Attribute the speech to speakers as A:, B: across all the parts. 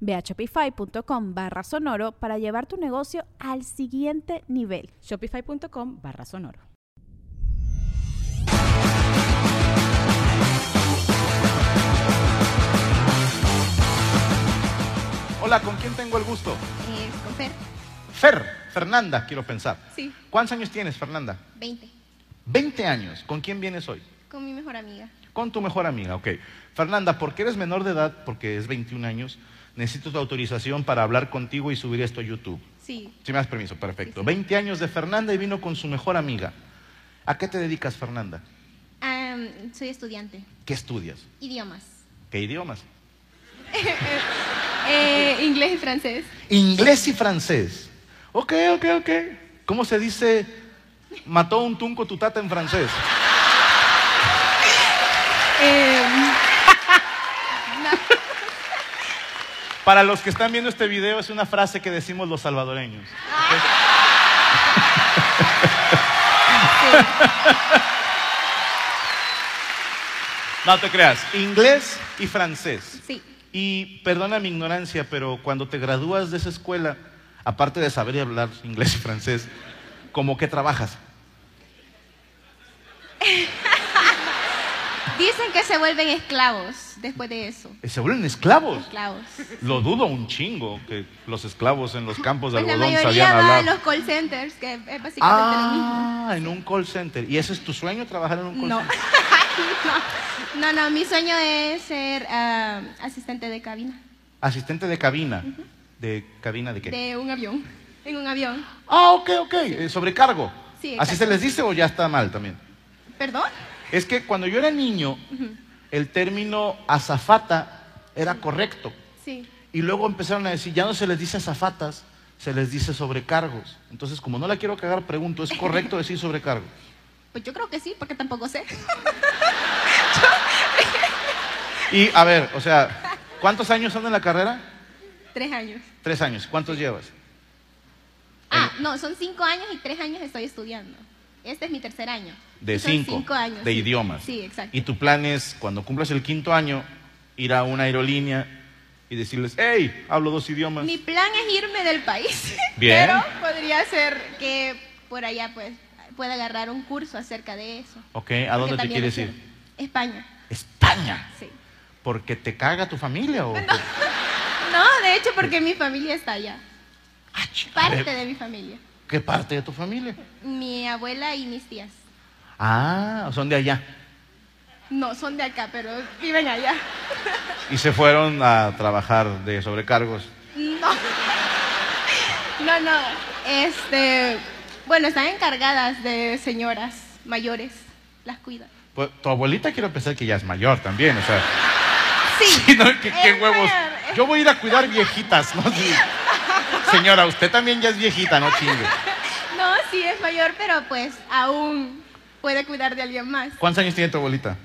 A: Ve a shopify.com barra sonoro para llevar tu negocio al siguiente nivel.
B: Shopify.com barra sonoro.
C: Hola, ¿con quién tengo el gusto?
D: Eh, con Fer,
C: Fer, Fernanda, quiero pensar.
D: Sí.
C: ¿Cuántos años tienes, Fernanda?
D: 20.
C: 20 años. ¿Con quién vienes hoy?
D: Con mi mejor amiga.
C: Con tu mejor amiga, ok. Fernanda, porque eres menor de edad, porque es 21 años, necesito tu autorización para hablar contigo y subir esto a YouTube.
D: Sí.
C: Si me das permiso, perfecto. 20 años de Fernanda y vino con su mejor amiga. ¿A qué te dedicas, Fernanda?
D: Am, soy estudiante.
C: ¿Qué estudias?
D: Idiomas.
C: ¿Qué idiomas?
D: Eh, inglés y francés.
C: Inglés y francés. Ok, ok, ok. ¿Cómo se dice mató un tunco tu tata en francés? Para los que están viendo este video, es una frase que decimos los salvadoreños. No te creas, inglés y francés.
D: Sí.
C: Y perdona mi ignorancia, pero cuando te gradúas de esa escuela, aparte de saber y hablar inglés y francés, ¿cómo que trabajas?
D: Dicen que se vuelven esclavos después de eso.
C: Eh, Se vuelven esclavos.
D: Esclavos.
C: Lo dudo un chingo que los esclavos en los campos de
D: Pues la
C: algodón
D: mayoría
C: sabían
D: va a
C: hablar.
D: los call centers, que es básicamente
C: Ah, en un call center. ¿Y ese es tu sueño, trabajar en un
D: lo mismo.
C: call
D: No.
C: center?
D: no. No, no, mi sueño es ser am, asistente de cabina.
C: Asistente de cabina. ¿De cabina de qué?
D: De un avión. En un avión.
C: Ah, ok, ok. Eh, sobrecargo.
D: Sí,
C: ¿Así
D: exacto.
C: se les dice o ya está mal también?
D: ¿Perdón?
C: Es que cuando yo era niño, el término azafata era correcto.
D: Sí.
C: Y luego empezaron a decir, ya no se les dice azafatas, se les dice sobrecargos. Entonces, como no la quiero cagar, pregunto, ¿es correcto decir sobrecargo?
D: Pues yo creo que sí, porque tampoco sé.
C: Y, a ver, o sea, ¿cuántos años son en la carrera?
D: tres años.
C: Tres años. ¿Cuántos llevas?
D: Ah, no, son cinco años y tres años estoy estudiando. Este es mi tercer año.
C: De
D: Y son
C: cinco.
D: cinco años.
C: De
D: sí.
C: idiomas.
D: Sí, exacto.
C: Y tu plan es, cuando cumplas el quinto año, ir a una aerolínea y decirles, hey, hablo dos idiomas.
D: Mi plan es irme del país.
C: Bien.
D: Pero podría ser que por allá pues pueda agarrar un curso acerca de eso.
C: Ok, ¿a
D: Porque
C: dónde te
D: también
C: quieres
D: lo quiero.
C: ir?
D: España,
C: España.
D: sí.
C: ¿Porque te caga tu familia o...? Ah, por-
D: No, de hecho porque mi familia está allá.
C: Ah, chinga,
D: Parte
C: ¿de
D: de mi familia.
C: ¿Qué parte de tu familia?
D: Mi abuela y mis tías.
C: Ah, son de allá.
D: No, son de acá, pero viven allá.
C: Y se fueron a trabajar de sobrecargos.
D: No. No, no. Este, bueno, están encargadas de señoras mayores. Las cuidan.
C: Pues, tu abuelita quiero pensar que ya es mayor también, o sea,
D: Sí.
C: sí, ¿no? ¿Qué, qué
D: Es
C: huevos?
D: mayor.
C: Yo voy a ir a cuidar viejitas, ¿no? Sí. Señora, usted también ya es viejita, ¿no chingue?
D: No, sí es mayor, pero pues aún puede cuidar de alguien más.
C: ¿Cuántos años tiene tu abuelita?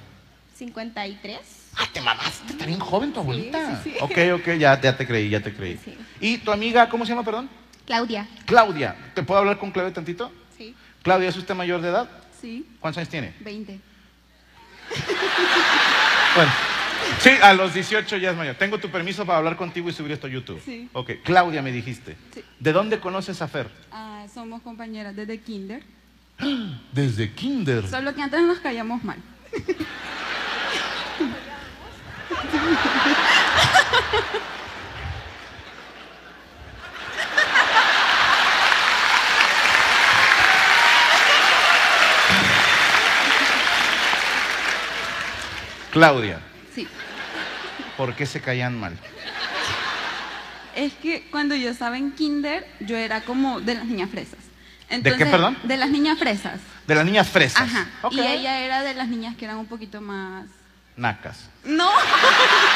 D: 53.
C: Ah, te mamaste, está bien joven tu abuelita.
D: sí, sí.
C: Ok, ok, ya, ya te creí, ya te creí.
D: Sí.
C: ¿Y tu amiga, cómo se llama, perdón?
D: Claudia.
C: Claudia. ¿Te puedo hablar con Claudia tantito?
D: Sí.
C: Claudia, ¿es usted mayor de edad?
D: Sí.
C: ¿Cuántos años tiene?
D: 20.
C: Bueno, sí, a los 18 ya es mayor. Tengo tu permiso para hablar contigo y subir esto a YouTube.
E: Sí.
C: Ok, Claudia me dijiste.
E: Sí.
C: ¿De dónde conoces a Fer?
E: Ah, somos compañeras desde kinder,
C: Desde kinder.
E: solo que antes nos callamos mal.
C: Claudia,
E: Sí.
C: ¿por qué se caían mal?
E: Es que cuando yo estaba en kinder, yo era como de las niñas fresas.
C: qué, perdón?
E: De las niñas fresas.
C: De las niñas fresas.
E: Ajá.
C: Ok.
E: Y ella era de las niñas que eran un poquito más...
C: Nacas.
E: No.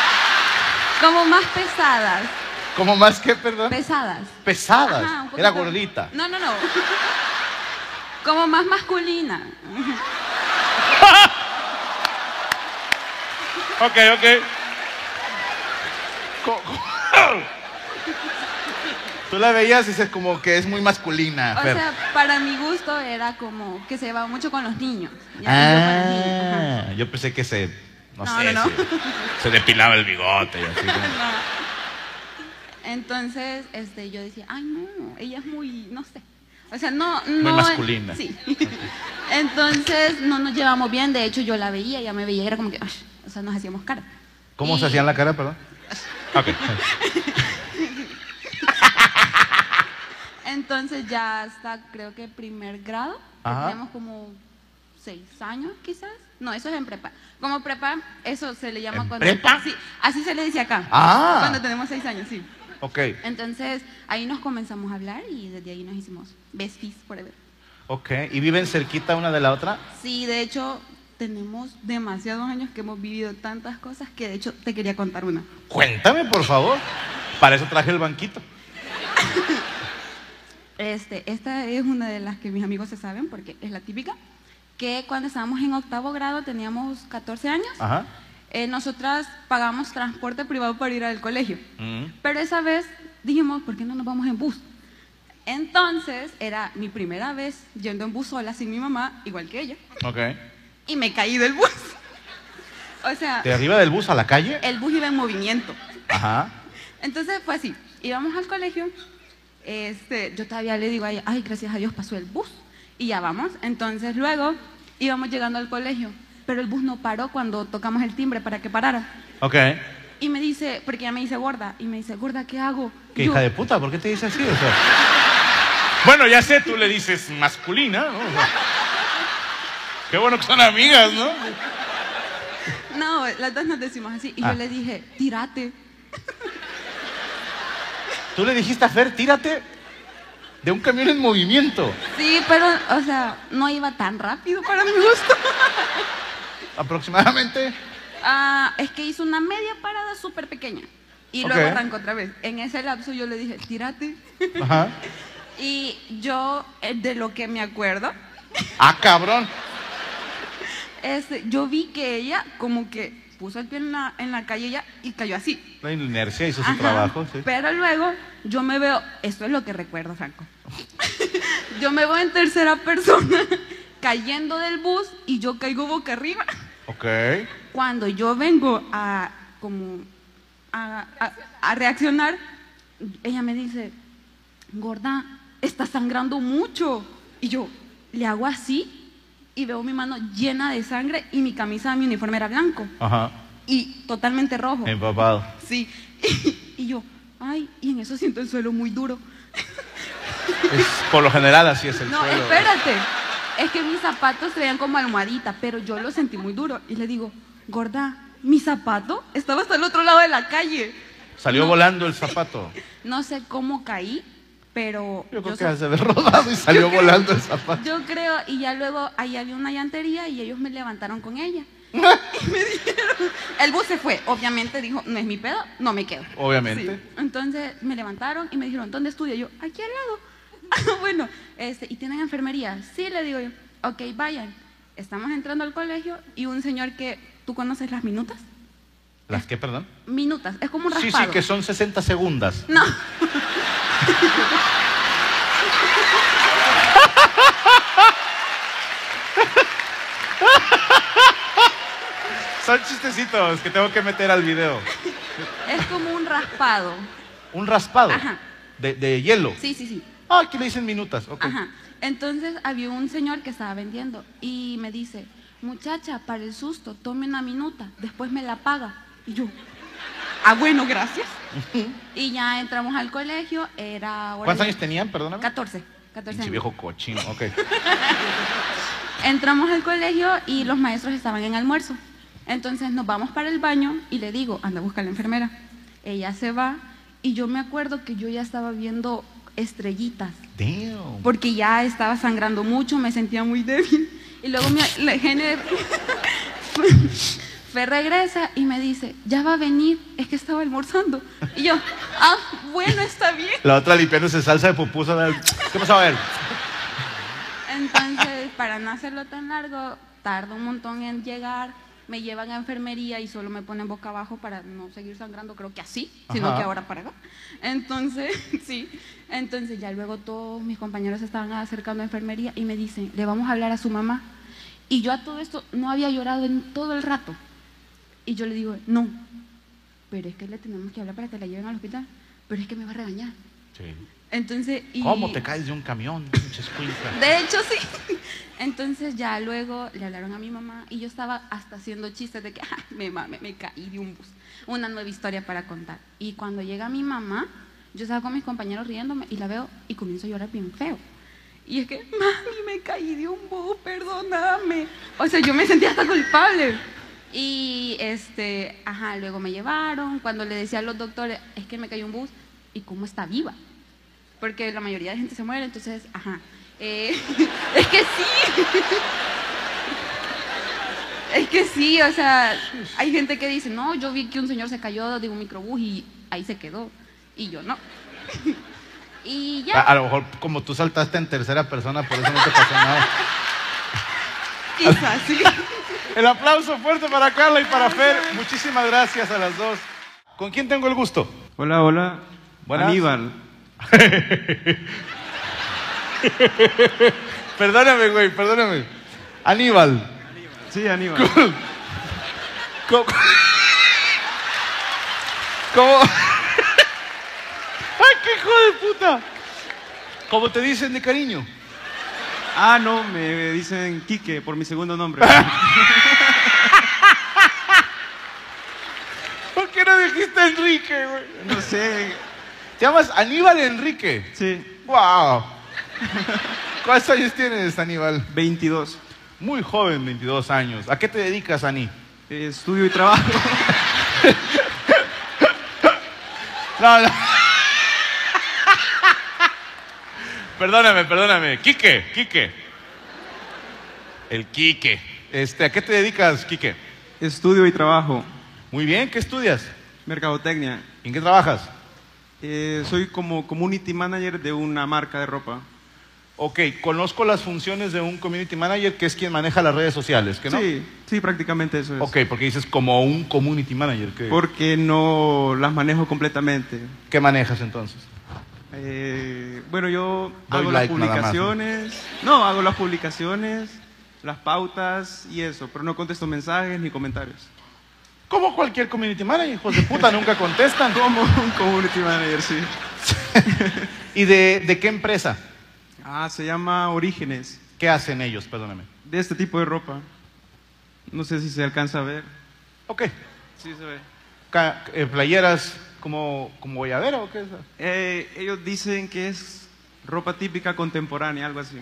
E: como más pesadas.
C: ¿Cómo más que, perdón?
E: Pesadas.
C: Pesadas.
E: Ajá, un
C: Era
E: poquito-
C: gordita.
E: No, no, no. Como más masculina.
C: Ok, ok. Co- co- Tú la veías y dices como que es muy masculina.
E: O
C: Fer.
E: sea, para mi gusto era como que se llevaba mucho con los niños. Ya, yo con las niñas, ajá.
C: ah, yo pensé que se, no,
E: No,
C: sé,
E: no, no.
C: Se, se depilaba el bigote y así. como-
E: Ah. Entonces, este, yo decía, ay no, ella es muy, no sé. O sea, no, no.
C: masculina.
E: Sí. Entonces, no nos llevamos bien. De hecho, yo la veía, ella me veía y era como que, "Ay", o sea, nos hacíamos cara.
C: ¿Cómo
E: Y-
C: se hacían la cara, perdón? Ok.
E: Entonces, ya hasta creo que primer grado, que
C: Ajá.
E: teníamos como seis años quizás. No, eso es en prepa. Como prepa, eso se le llama
C: ¿En
E: cuando.
C: prepa?
E: Sí, así se le dice acá.
C: Ah.
E: Cuando tenemos seis años, sí.
C: Ok,
E: Entonces, ahí nos comenzamos a hablar y desde ahí nos hicimos besties forever.
C: ok. ¿Y viven cerquita una de la otra?
E: Sí, de hecho, tenemos demasiados años que hemos vivido tantas cosas que de hecho te quería contar una.
C: Cuéntame, por favor. Para eso traje el banquito.
E: Este, esta es una de las que mis amigos se saben porque es la típica, que cuando estábamos en octavo grado teníamos 14 años,
C: Ajá.
E: eh, nosotras pagamos transporte privado para ir al colegio.
C: Mm.
E: Pero esa vez dijimos, ¿por qué no nos vamos en bus? Entonces era mi primera vez yendo en bus sola sin mi mamá, igual que ella,
C: Ok.
E: y me caí del bus. o sea,
C: ¿De arriba del bus a la calle?
E: el bus iba en movimiento.
C: Ajá.
E: Entonces fue así, íbamos al colegio, este, yo todavía le digo a ella, ay, gracias a Dios pasó el bus, y ya vamos. Entonces luego íbamos llegando al colegio, pero el bus no paró cuando tocamos el timbre para que parara.
C: Ok.
E: Y me dice, porque ella me dice gorda, y me dice, gorda, ¿qué hago?
C: ¿Qué
E: Yo,
C: hija de puta? ¿Por qué te dice así? O sea, bueno, ya sé, tú le dices masculina, ¿no? O sea, qué bueno que son amigas, ¿no?
E: No, las dos nos decimos así. Y
C: Ah.
E: yo le dije, tírate.
C: Tú le dijiste a Fer, tírate de un camión en movimiento.
E: Sí, pero, o sea, no iba tan rápido para mi gusto.
C: Aproximadamente.
E: Ah, es que hizo una media parada súper pequeña. Y
C: Ok.
E: luego arrancó otra vez. En ese lapso yo le dije, tírate.
C: Ajá.
E: Y yo, eh, de lo que me acuerdo,
C: Ah, cabrón.
E: este, yo vi que ella como que puso el pie en la, en la calle ya y cayó así.
C: La inercia hizo su
E: Ajá.
C: trabajo. sí.
E: Pero luego yo me veo, esto es lo que recuerdo, Franco. yo me veo en tercera persona cayendo del bus y yo caigo boca arriba.
C: Ok.
E: Cuando yo vengo a como a, a- a reaccionar, ella me dice, gorda, está sangrando mucho. Y yo le hago así y veo mi mano llena de sangre y mi camisa, mi uniforme era blanco
C: Ajá.
E: y totalmente rojo.
C: Empapado.
E: Sí. Y, yo, ay, y en eso siento el suelo muy duro.
C: Es, por lo general así es el
E: no,
C: suelo.
E: espérate. Es que mis zapatos traían como almohadita, pero yo lo sentí muy duro. Y le digo, gorda, mi zapato estaba hasta el otro lado de la calle.
C: Salió volando el zapato.
E: No sé cómo caí, pero
C: Yo creo
E: yo,
C: que
E: sa-
C: se había rodado y salió volando el zapato.
E: yo creo, y ya luego ahí había una llantería y ellos me levantaron con ella. y me dijeron, el bus se fue, obviamente dijo, no es mi pedo, no me quedo.
C: Obviamente.
E: Sí. Entonces me levantaron y me dijeron, ¿dónde estudia? Yo, aquí al lado. Ah, bueno, este, ¿y tienen enfermería? Sí, le digo yo. Ok, vayan. Estamos entrando al colegio y un señor que, ¿tú conoces las minutas?
C: ¿Las qué, perdón?
E: Minutas, es como un
C: Sí,
E: raspado.
C: sí, que son 60 segundas.
E: No.
C: Son chistecitos que tengo que meter al video.
E: Es como un raspado.
C: Un raspado.
E: Ajá.
C: De, de hielo.
E: Sí, sí, sí.
C: Ah, aquí le dicen minutas. Ok.
E: Ajá. Entonces había un señor que estaba vendiendo y me dice, muchacha, para el susto, tome una minuta, después me la paga. Y yo, ah, bueno, gracias. y ya entramos al colegio, era... hora
C: ¿Cuántos
E: de-
C: años tenían? Perdóname.
E: 14, 14
C: Pinche
E: años.
C: viejo cochino. Ok.
E: Entramos al colegio y los maestros estaban en almuerzo. Entonces nos vamos para el baño y le digo, anda a buscar a la enfermera. Ella se va y yo me acuerdo que yo ya estaba viendo estrellitas
C: Damn.
E: porque ya estaba sangrando mucho, me sentía muy débil. Y luego mi la gene- Fer regresa y me dice, ya va a venir, es que estaba almorzando. Y yo, ah, bueno, está bien.
C: La otra limpiándose salsa de pupusa. ¿verdad? ¿Qué pasó a ver?
E: Entonces, para no hacerlo tan largo, tarda un montón en llegar, me llevan a enfermería y solo me ponen boca abajo para no seguir sangrando, creo que así, sino
C: Ajá.
E: que ahora para acá. Entonces, sí, entonces ya luego todos mis compañeros se estaban acercando a enfermería y me dicen, le vamos a hablar a su mamá. Y yo a todo esto no había llorado en todo el rato. Y yo le digo, no, pero es que le tenemos que hablar para que la lleven al hospital, pero es que me va a regañar. Entonces, y...
C: ¿Cómo te caes de un camión? pinche escuincla?
E: De hecho, sí. Entonces ya luego le hablaron a mi mamá y yo estaba hasta haciendo chistes de que "Ah, me, ma- me, me caí de un bus. Una nueva historia para contar. Y cuando llega mi mamá, yo estaba con mis compañeros riéndome y la veo y comienzo a llorar bien feo. Y es que, mami, me caí de un bus, perdóname. O sea, yo me sentía hasta culpable. Y este, ajá, luego me llevaron. Cuando le decía a los doctores, es que me cayó un bus, ¿y cómo está viva? porque la mayoría de gente se muere, entonces, ajá. Eh, es que sí. es que sí, o sea, hay gente que dice, no, yo vi que un señor se cayó de un microbús y ahí se quedó. Y yo no. y ya.
C: A, a lo mejor como tú saltaste en tercera persona, por eso no te pasó nada.
E: Quizás sí.
C: El aplauso fuerte para Carla y para Fer. Muchísimas gracias a las dos. ¿Con quién tengo el gusto?
F: Hola, hola.
C: Buenas.
F: Aníbal.
C: Perdóname, güey, perdóname. Aníbal.
F: Sí, Aníbal.
C: ¿Cómo? ¿Cómo? ¡Ay, qué hijo de puta! ¿Cómo te dicen de cariño?
F: Ah, no, me dicen Quique por mi segundo nombre.
C: ¿Por qué no dijiste Enrique, güey?
F: No sé.
C: ¿Te llamas Aníbal Enrique?
F: Sí,
C: ¡Wow! ¿Cuántos años tienes, Aníbal?
F: 22.
C: Muy joven, 22 años. ¿A qué te dedicas, Ani?
F: Eh, estudio y trabajo.
C: No, no. perdóname, perdóname. Quique, Quique. El Quique. Este, ¿A qué te dedicas, Quique?
F: Estudio y trabajo.
C: Muy bien, ¿qué estudias?
F: Mercadotecnia.
C: ¿En qué trabajas?
F: Eh, soy como community manager de una marca de ropa.
C: Ok, conozco las funciones de un community manager que es quien maneja las redes sociales, ¿que no?
F: Sí, sí, prácticamente eso es.
C: Ok, porque dices como un community manager. ¿Qué,
F: Porque no las manejo completamente.
C: ¿qué manejas entonces?
F: Eh, bueno, yo
C: Doy
F: hago
C: like
F: las
C: nada más, ¿no?
F: publicaciones. ¿no? hago las publicaciones, las pautas y eso, pero no contesto mensajes ni comentarios.
C: Como cualquier community manager, hijos de puta, nunca contestan.
F: Como un community manager, sí.
C: ¿Y de, de qué empresa?
F: Ah, se llama Orígenes,
C: ¿Qué hacen ellos? Perdóname.
F: de este tipo de ropa. No sé si se alcanza a ver.
C: Ok,
F: Sí se ve.
C: ca- eh, playeras como, como guayabera o qué es?
F: Eh, ellos dicen que es ropa típica contemporánea, algo así.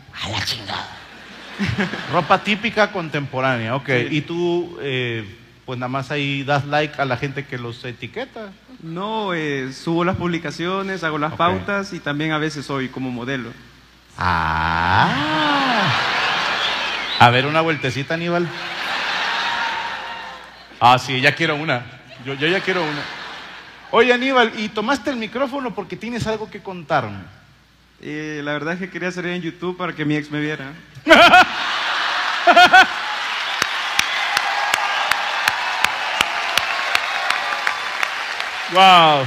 C: Ropa típica contemporánea, ok.
F: Sí.
C: Y tú, eh, pues nada más ahí das like a la gente que los etiqueta.
F: No, eh, subo las publicaciones, hago las
C: Ok.
F: pautas y también a veces soy como modelo.
C: Ah. A ver, una vueltecita, Aníbal. Ah, sí, ya quiero una. Yo, yo ya quiero una. Oye, Aníbal, ¿y tomaste el micrófono porque tienes algo que contarme?
F: Eh, la verdad es que quería salir en YouTube para que mi ex me viera.
C: Wow.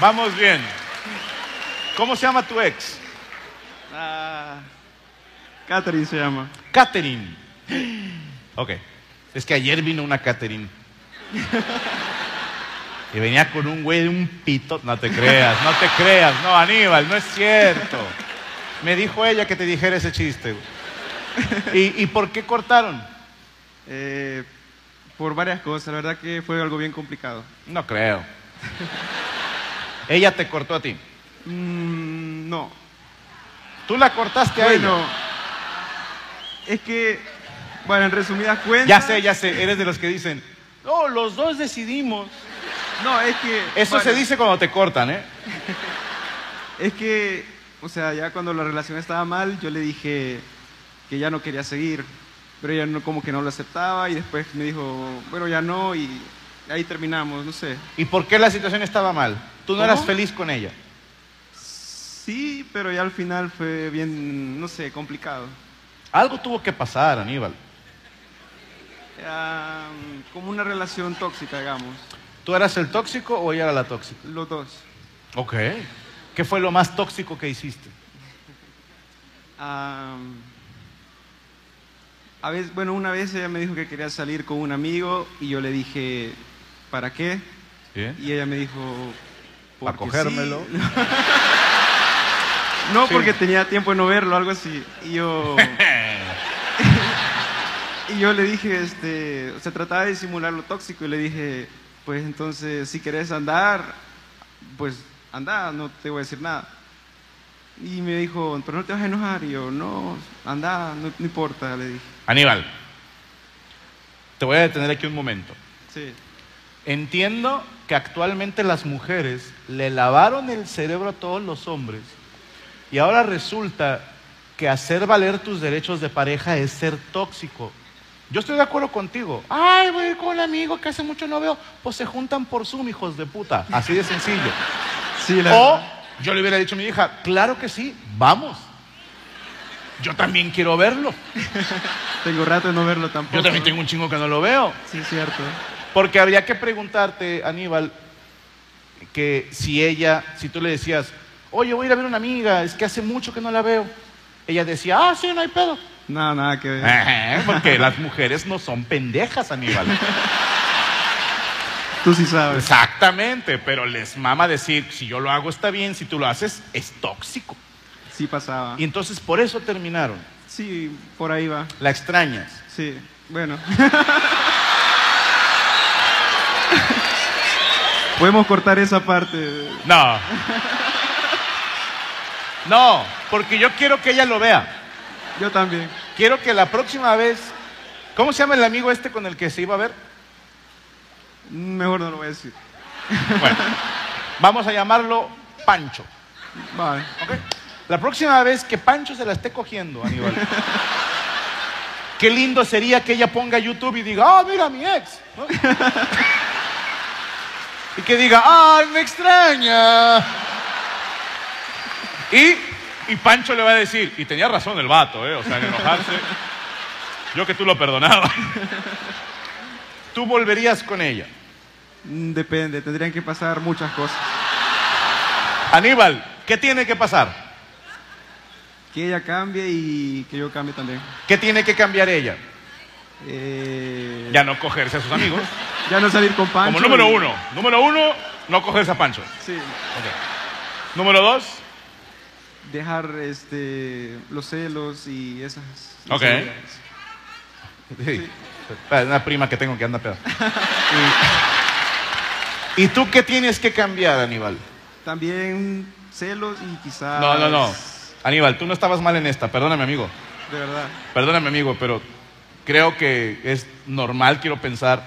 C: Vamos bien. ¿Cómo se llama tu ex?
F: Ah, Catherine se llama.
C: Catherine. Ok. Es que ayer vino una Catherine. Y venía con un güey de un pito. No te creas, no te creas. No, Aníbal, no es cierto. Me dijo ella que te dijera ese chiste. güey. ¿Y, y por qué cortaron?
F: Eh, por varias cosas, la verdad que fue algo bien complicado.
C: No creo. Ella te cortó a ti.
F: Mm, no.
C: Tú la cortaste a
F: Bueno,
C: ella.
F: es que Bueno, en resumidas cuentas.
C: Ya sé, ya sé, eres de los que dicen, no, los dos decidimos.
F: No, es que.
C: Eso
F: bueno,
C: se dice cuando te cortan, ¿eh?
F: Es que, o sea, ya cuando la relación estaba mal, yo le dije que ya no quería seguir. Pero ella no, como que no lo aceptaba y después me dijo, bueno, ya no, y ahí terminamos, no sé.
C: ¿Y por qué la situación estaba mal? Tú no
F: ¿Cómo?
C: eras feliz con ella.
F: Sí, pero ya al final fue bien, no sé, complicado.
C: Algo tuvo que pasar, Aníbal.
F: Era mm, como una relación tóxica, digamos,
C: ¿Tú eras el tóxico o ella era la tóxica?
F: los dos.
C: Ok. ¿Qué fue lo más tóxico que hiciste?
F: Ah, a veces, bueno, una vez ella me dijo que quería salir con un amigo y yo le dije, ¿para qué? Y ella me dijo,
C: ¿Eh? Para
F: "Porque
C: cogérmelo.
F: sí". No,
C: Sí.
F: porque tenía tiempo de no verlo, algo así. Y yo, y yo le dije, este, se trataba de simular lo tóxico y le dije, pues entonces, si querés andar, pues anda, no te voy a decir nada. Y me dijo, pero no te vas a enojar. Y yo, no, anda, no, no importa, le dije.
C: Aníbal, te voy a detener aquí un momento.
F: Sí.
C: Entiendo que actualmente las mujeres le lavaron el cerebro a todos los hombres y ahora resulta que hacer valer tus derechos de pareja es ser tóxico. Yo estoy de acuerdo contigo. Ay, voy a ir con un amigo que hace mucho no veo. Pues se juntan por Zoom, hijos de puta. Así de sencillo.
F: Sí, la
C: O
F: verdad.
C: yo le hubiera dicho a mi hija, claro que sí, vamos. Yo también quiero verlo.
F: Tengo rato de no verlo tampoco.
C: Yo también tengo un chingo que no lo veo.
F: Sí, es cierto.
C: Porque habría que preguntarte, Aníbal, que si ella, si tú le decías, oye, voy a ir a ver a una amiga, es que hace mucho que no la veo. Ella decía, ah, sí, no hay pedo.
F: No, nada que
C: Eh.
F: ver.
C: Ajá, Porque las mujeres no son pendejas, Aníbal.
F: Tú sí sabes.
C: Exactamente, pero les mama decir, si yo lo hago está bien, si tú lo haces es tóxico.
F: Sí pasaba.
C: Y entonces por eso terminaron.
F: Sí, por ahí va.
C: La extrañas.
F: Sí, bueno. Podemos cortar esa parte.
C: No. No, porque yo quiero que ella lo vea.
F: Yo también.
C: Quiero que la próxima vez. ¿Cómo se llama el amigo este con el que se iba a ver?
F: Mejor no lo voy a decir.
C: Bueno, vamos a llamarlo Pancho.
F: Vale.
C: ¿ok? La próxima vez que Pancho se la esté cogiendo, Aníbal. Qué lindo sería que ella ponga YouTube y diga, ah, mira mi ex. ¿no? y que diga, ay, me extraña. Y, y Pancho le va a decir, y tenía razón el vato, ¿eh? o sea, en enojarse. Yo que tú lo perdonaba. tú volverías con ella.
F: Mm, Depende, tendrían que pasar muchas cosas.
C: Aníbal, ¿qué tiene que pasar?
F: Que ella cambie y que yo cambie también.
C: ¿Qué tiene que cambiar ella?
F: Eh,
C: Ya no cogerse a sus amigos.
F: ya no salir con Pancho.
C: Como número
F: y-
C: uno. Número uno, no cogerse a Pancho.
F: Sí.
C: Ok. Número dos,
F: Dejar este, los celos y esas.
C: Ok.
F: inseguridades.
C: Espera, una prima que tengo que anda pedo. Y, ¿Y tú qué tienes que cambiar, Aníbal?
F: También celos y quizás.
C: No, no, no. Aníbal, tú no estabas mal en esta. Perdóname, amigo.
F: De verdad.
C: Perdóname, amigo, pero creo que es normal, quiero pensar,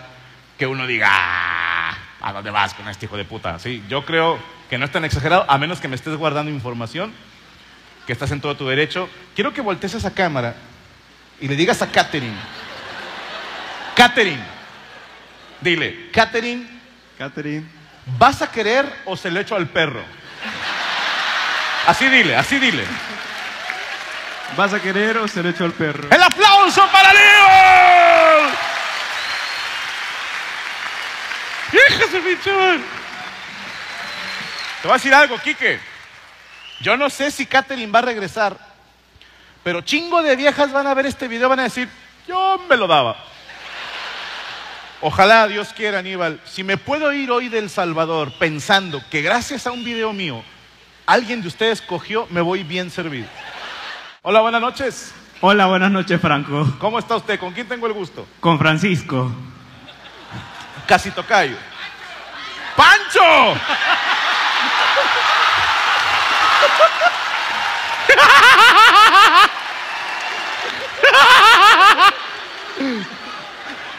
C: que uno diga, "Ah, ¿a dónde vas con este hijo de puta? Sí, yo creo que no es tan exagerado, a menos que me estés guardando información, que estás en todo tu derecho. Quiero que voltees a esa cámara y le digas a Katherine, Katherine, dile, Katherine,
F: Catherine.
C: ¿vas a querer o se le echo al perro? Así dile, así dile.
F: ¿Vas a querer o se lo echo al perro?
C: ¡El aplauso para Leo! ¡Híjese, pichón! Te voy a decir algo, Quique. Yo no sé si Katherine va a regresar, pero chingo de viejas van a ver este video van a decir, yo me lo daba. Ojalá, Dios quiera, Aníbal, si me puedo ir hoy del Salvador pensando que gracias a un video mío alguien de ustedes cogió, me voy bien servido. Hola, buenas noches.
G: Hola, buenas noches, Franco.
C: ¿Cómo está usted? ¿Con quién tengo el gusto?
G: Con Francisco.
C: Casi tocayo. ¡Pancho!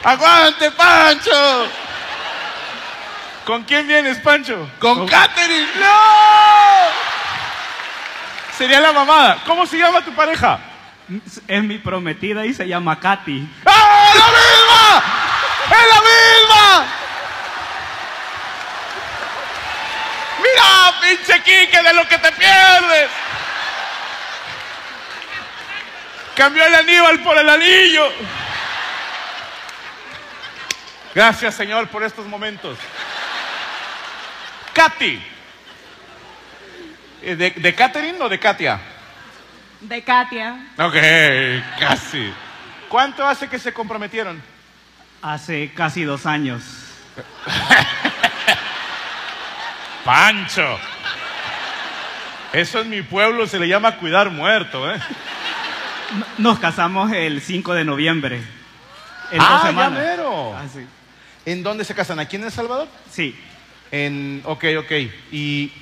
C: ¡Aguante, Pancho! ¿Con quién vienes, Pancho? ¡Con, Katherine! ¡No! Sería la mamada. ¿Cómo se llama tu pareja?
G: Es mi prometida y se llama Katy.
C: ¡Ah, ¡Es la misma! ¡Es la misma! ¡Mira, pinche Quique, de lo que te pierdes! Cambió el Aníbal por el anillo. Gracias, Señor, por estos momentos. Katy. Eh, ¿De, de Katherine o de Katia?
E: De Katia.
C: Ok, casi. ¿Cuánto hace que se comprometieron?
G: Hace casi dos años.
C: Pancho. Eso en mi pueblo se le llama cuidar muerto, ¿eh?
G: No- Nos casamos el 5 de noviembre. En
C: Ah,
G: dos
C: ya
G: semanas.
C: mero.
G: Ah, sí.
C: ¿En dónde se casan? ¿Aquí en El Salvador?
G: Sí.
C: En. Ok, ok. Y.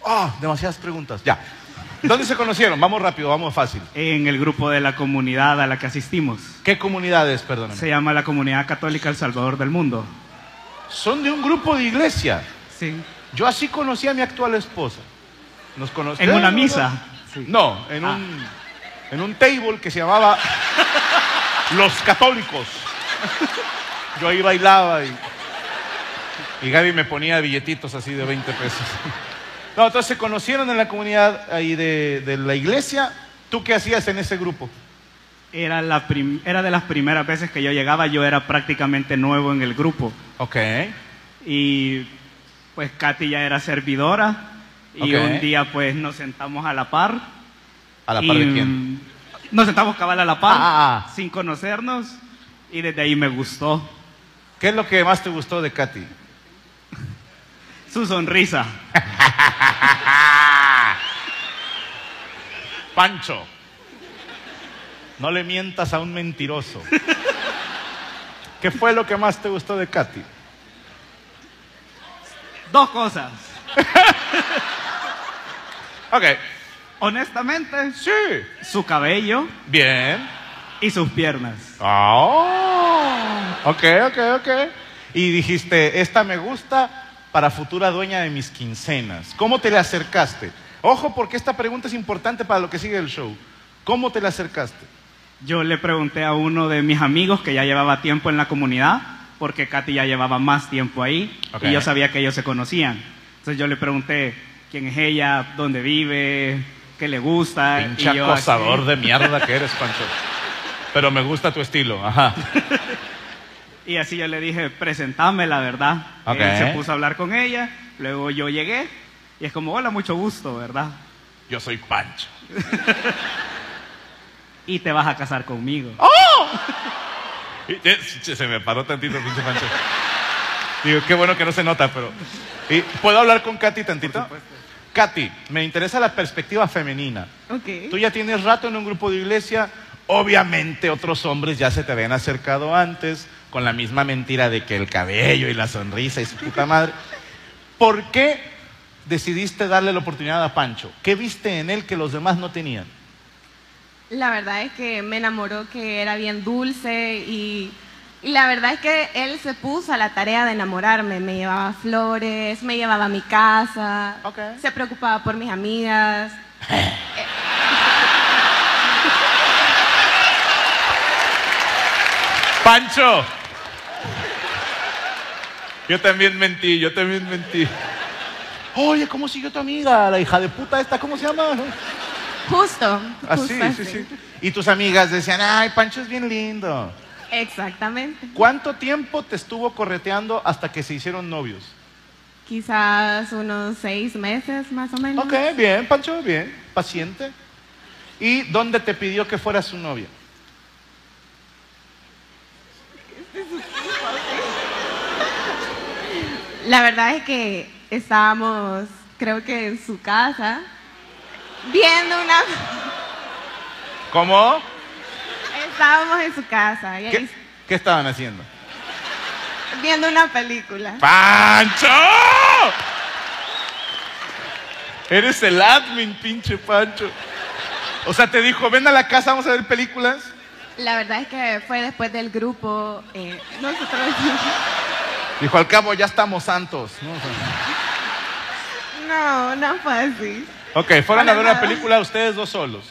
C: ¡Oh! Demasiadas preguntas. Ya. ¿Dónde se conocieron? Vamos rápido, vamos fácil.
G: En el grupo de la comunidad a la que asistimos.
C: ¿Qué comunidades, perdóname?
G: Se llama la Comunidad Católica El Salvador del Mundo.
C: Son de un grupo de iglesia.
G: Sí.
C: Yo así conocí a mi actual esposa. Nos conocimos.
G: En una misa.
C: No, en
G: Ah.
C: un. En un table que se llamaba Los Católicos. Yo ahí bailaba y. Y Gaby me ponía billetitos así de 20 pesos. No, entonces se conocieron en la comunidad ahí de, de la iglesia. ¿Tú qué hacías en ese grupo?
G: Era, la prim- era de las primeras veces que yo llegaba, yo era prácticamente nuevo en el grupo.
C: Ok.
G: Y pues Katy ya era servidora. Y
C: Ok.
G: un día pues nos sentamos a la par.
C: ¿A la
G: y,
C: par de quién?
G: mm, Nos sentamos cabal a la par,
C: Ah, ah, ah.
G: sin conocernos. Y desde ahí me gustó
C: ¿Qué es lo que más te gustó de Katy?
G: su sonrisa.
C: Pancho, no le mientas a un mentiroso. ¿Qué fue lo que más te gustó de Katy?
G: Dos cosas.
C: Ok.
G: Honestamente,
C: Sí.
G: su cabello
C: Bien.
G: y sus piernas.
C: Ah. Ok, ok, ok. Y dijiste, esta me gusta para futura dueña de mis quincenas. ¿Cómo te le acercaste? Ojo, porque esta pregunta es importante para lo que sigue el show. ¿Cómo te le acercaste?
G: Yo le pregunté a uno de mis amigos que ya llevaba tiempo en la comunidad, porque Katy ya llevaba más tiempo ahí,
C: Ok.
G: y yo sabía que ellos se conocían. Entonces yo le pregunté quién es ella, dónde vive, qué le gusta.
C: Pinche
G: Ah, y yo así-
C: acosador de mierda que eres, Pancho. Pero me gusta tu estilo, ajá.
G: Y así yo le dije, presentame la verdad.
C: Ok.
G: Él se puso a hablar con ella, luego yo llegué, y es como, hola, mucho gusto, ¿verdad?
C: Yo soy Pancho.
G: Y te vas a casar conmigo.
C: Y- eh, Se se me paró tantito, pinche Pancho. Digo, qué bueno que no se nota, pero. ¿Y ¿Puedo hablar con Katy tantito? Katy, me interesa la perspectiva femenina.
E: Ok.
C: Tú ya tienes rato en un grupo de iglesia. Obviamente otros hombres ya se te habían acercado antes con la misma mentira de que el cabello y la sonrisa y su puta madre. ¿Por qué decidiste darle la oportunidad a Pancho? ¿Qué viste en él que los demás no tenían?
D: La verdad es que me enamoró que era bien dulce y, y la verdad es que él se puso a la tarea de enamorarme. Me llevaba flores, me llevaba a mi casa,
C: Ok.
D: se preocupaba por mis amigas.
C: Pancho. Yo también mentí, yo también mentí. Oye, ¿cómo siguió tu amiga? La hija de puta esta, ¿cómo se llama?
D: Justo.
C: Así,
D: justo
C: Ah, sí, sí. Y tus amigas decían, ay, Pancho es bien lindo.
D: Exactamente.
C: ¿Cuánto tiempo te estuvo correteando hasta que se hicieron novios?
D: Quizás unos seis meses más o menos.
C: Ok, bien, Pancho, bien, paciente. ¿Y dónde te pidió que fuera su novia?
D: La verdad es que estábamos, creo que en su casa, viendo una...
C: ¿Cómo?
D: Estábamos en su casa y ahí
C: ¿Qué, qué estaban haciendo?
D: viendo una película.
C: ¡Pancho! Eres el admin, pinche Pancho. O sea, te dijo, ven a la casa, vamos a ver películas.
D: La verdad es que fue después del grupo. eh, nosotros.
C: Dijo, al cabo, ya estamos santos. ¿no? O sea,
D: no, no fue así.
C: ok, fueron a ver una
D: Hola.
C: película ustedes dos solos.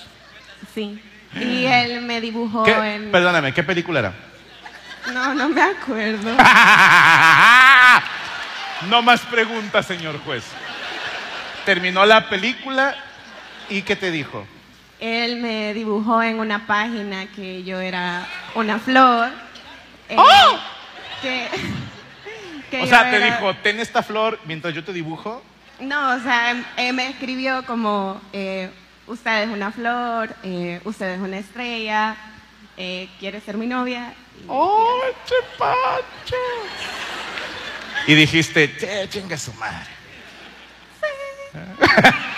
D: Sí. Y él me dibujó
C: ¿Qué-
D: en.
C: Perdóname, ¿qué película era?
D: No, no me acuerdo.
C: No más preguntas, señor juez. Terminó la película y ¿qué te dijo?
D: Él me dibujó en una página que yo era una flor. eh, que, que
C: ¡Oh! O
D: yo
C: sea, te
D: era-
C: dijo, ten esta flor mientras yo te dibujo.
D: No, o sea, em- eh, me escribió como, eh, usted es una flor, eh, usted es una estrella, eh, quiere ser mi novia.
C: ¡Oh, che pancho! Y dijiste, che, chinga su madre.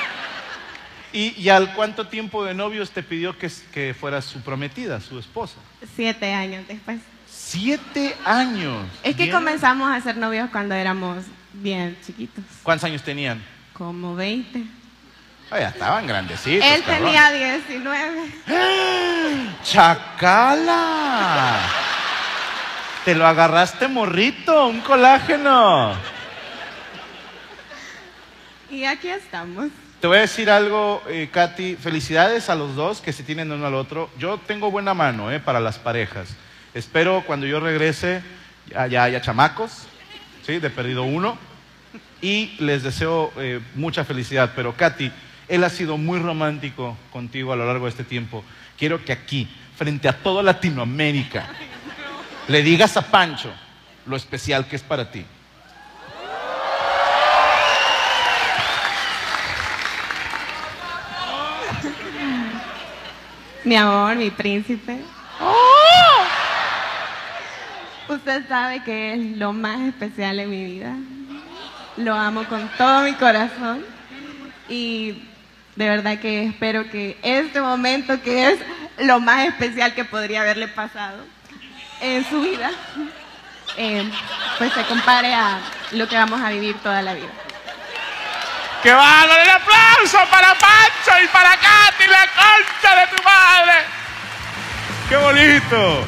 C: ¿Y, y al cuánto tiempo de novios te pidió que, s- que fuera su prometida, su esposa?
D: Siete años después.
C: Siete años.
D: Es que
C: Bien.
D: comenzamos a ser novios cuando éramos bien chiquitos,
C: ¿Cuántos años tenían?
D: como 20.
C: Ah, ya estaban grandecitos.
D: Él
C: pues, cabrón. ¡Eh!
D: tenía 19.
C: ¡Chacala! Te lo agarraste morrito, un colágeno.
D: Y aquí estamos.
C: Te voy a decir algo, eh, Katy. Felicidades a los dos que se tienen uno al otro. Yo tengo buena mano eh, para las parejas. Espero cuando yo regrese ya, ya haya chamacos, ¿sí? de perdido uno. Y les deseo eh, mucha felicidad. Pero Katy, él ha sido muy romántico contigo a lo largo de este tiempo. Quiero que aquí, frente a toda Latinoamérica, le digas a Pancho lo especial que es para ti.
D: Mi amor, mi príncipe. Usted sabe que es lo más especial en mi vida. Lo amo con todo mi corazón. Y de verdad que espero que este momento, que es lo más especial que podría haberle pasado en su vida, eh, pues se compare a lo que vamos a vivir toda la vida.
C: ¡Qué bárbaro! ¡El aplauso para Pancho y para Katy, la concha de tu madre! ¡Qué bonito!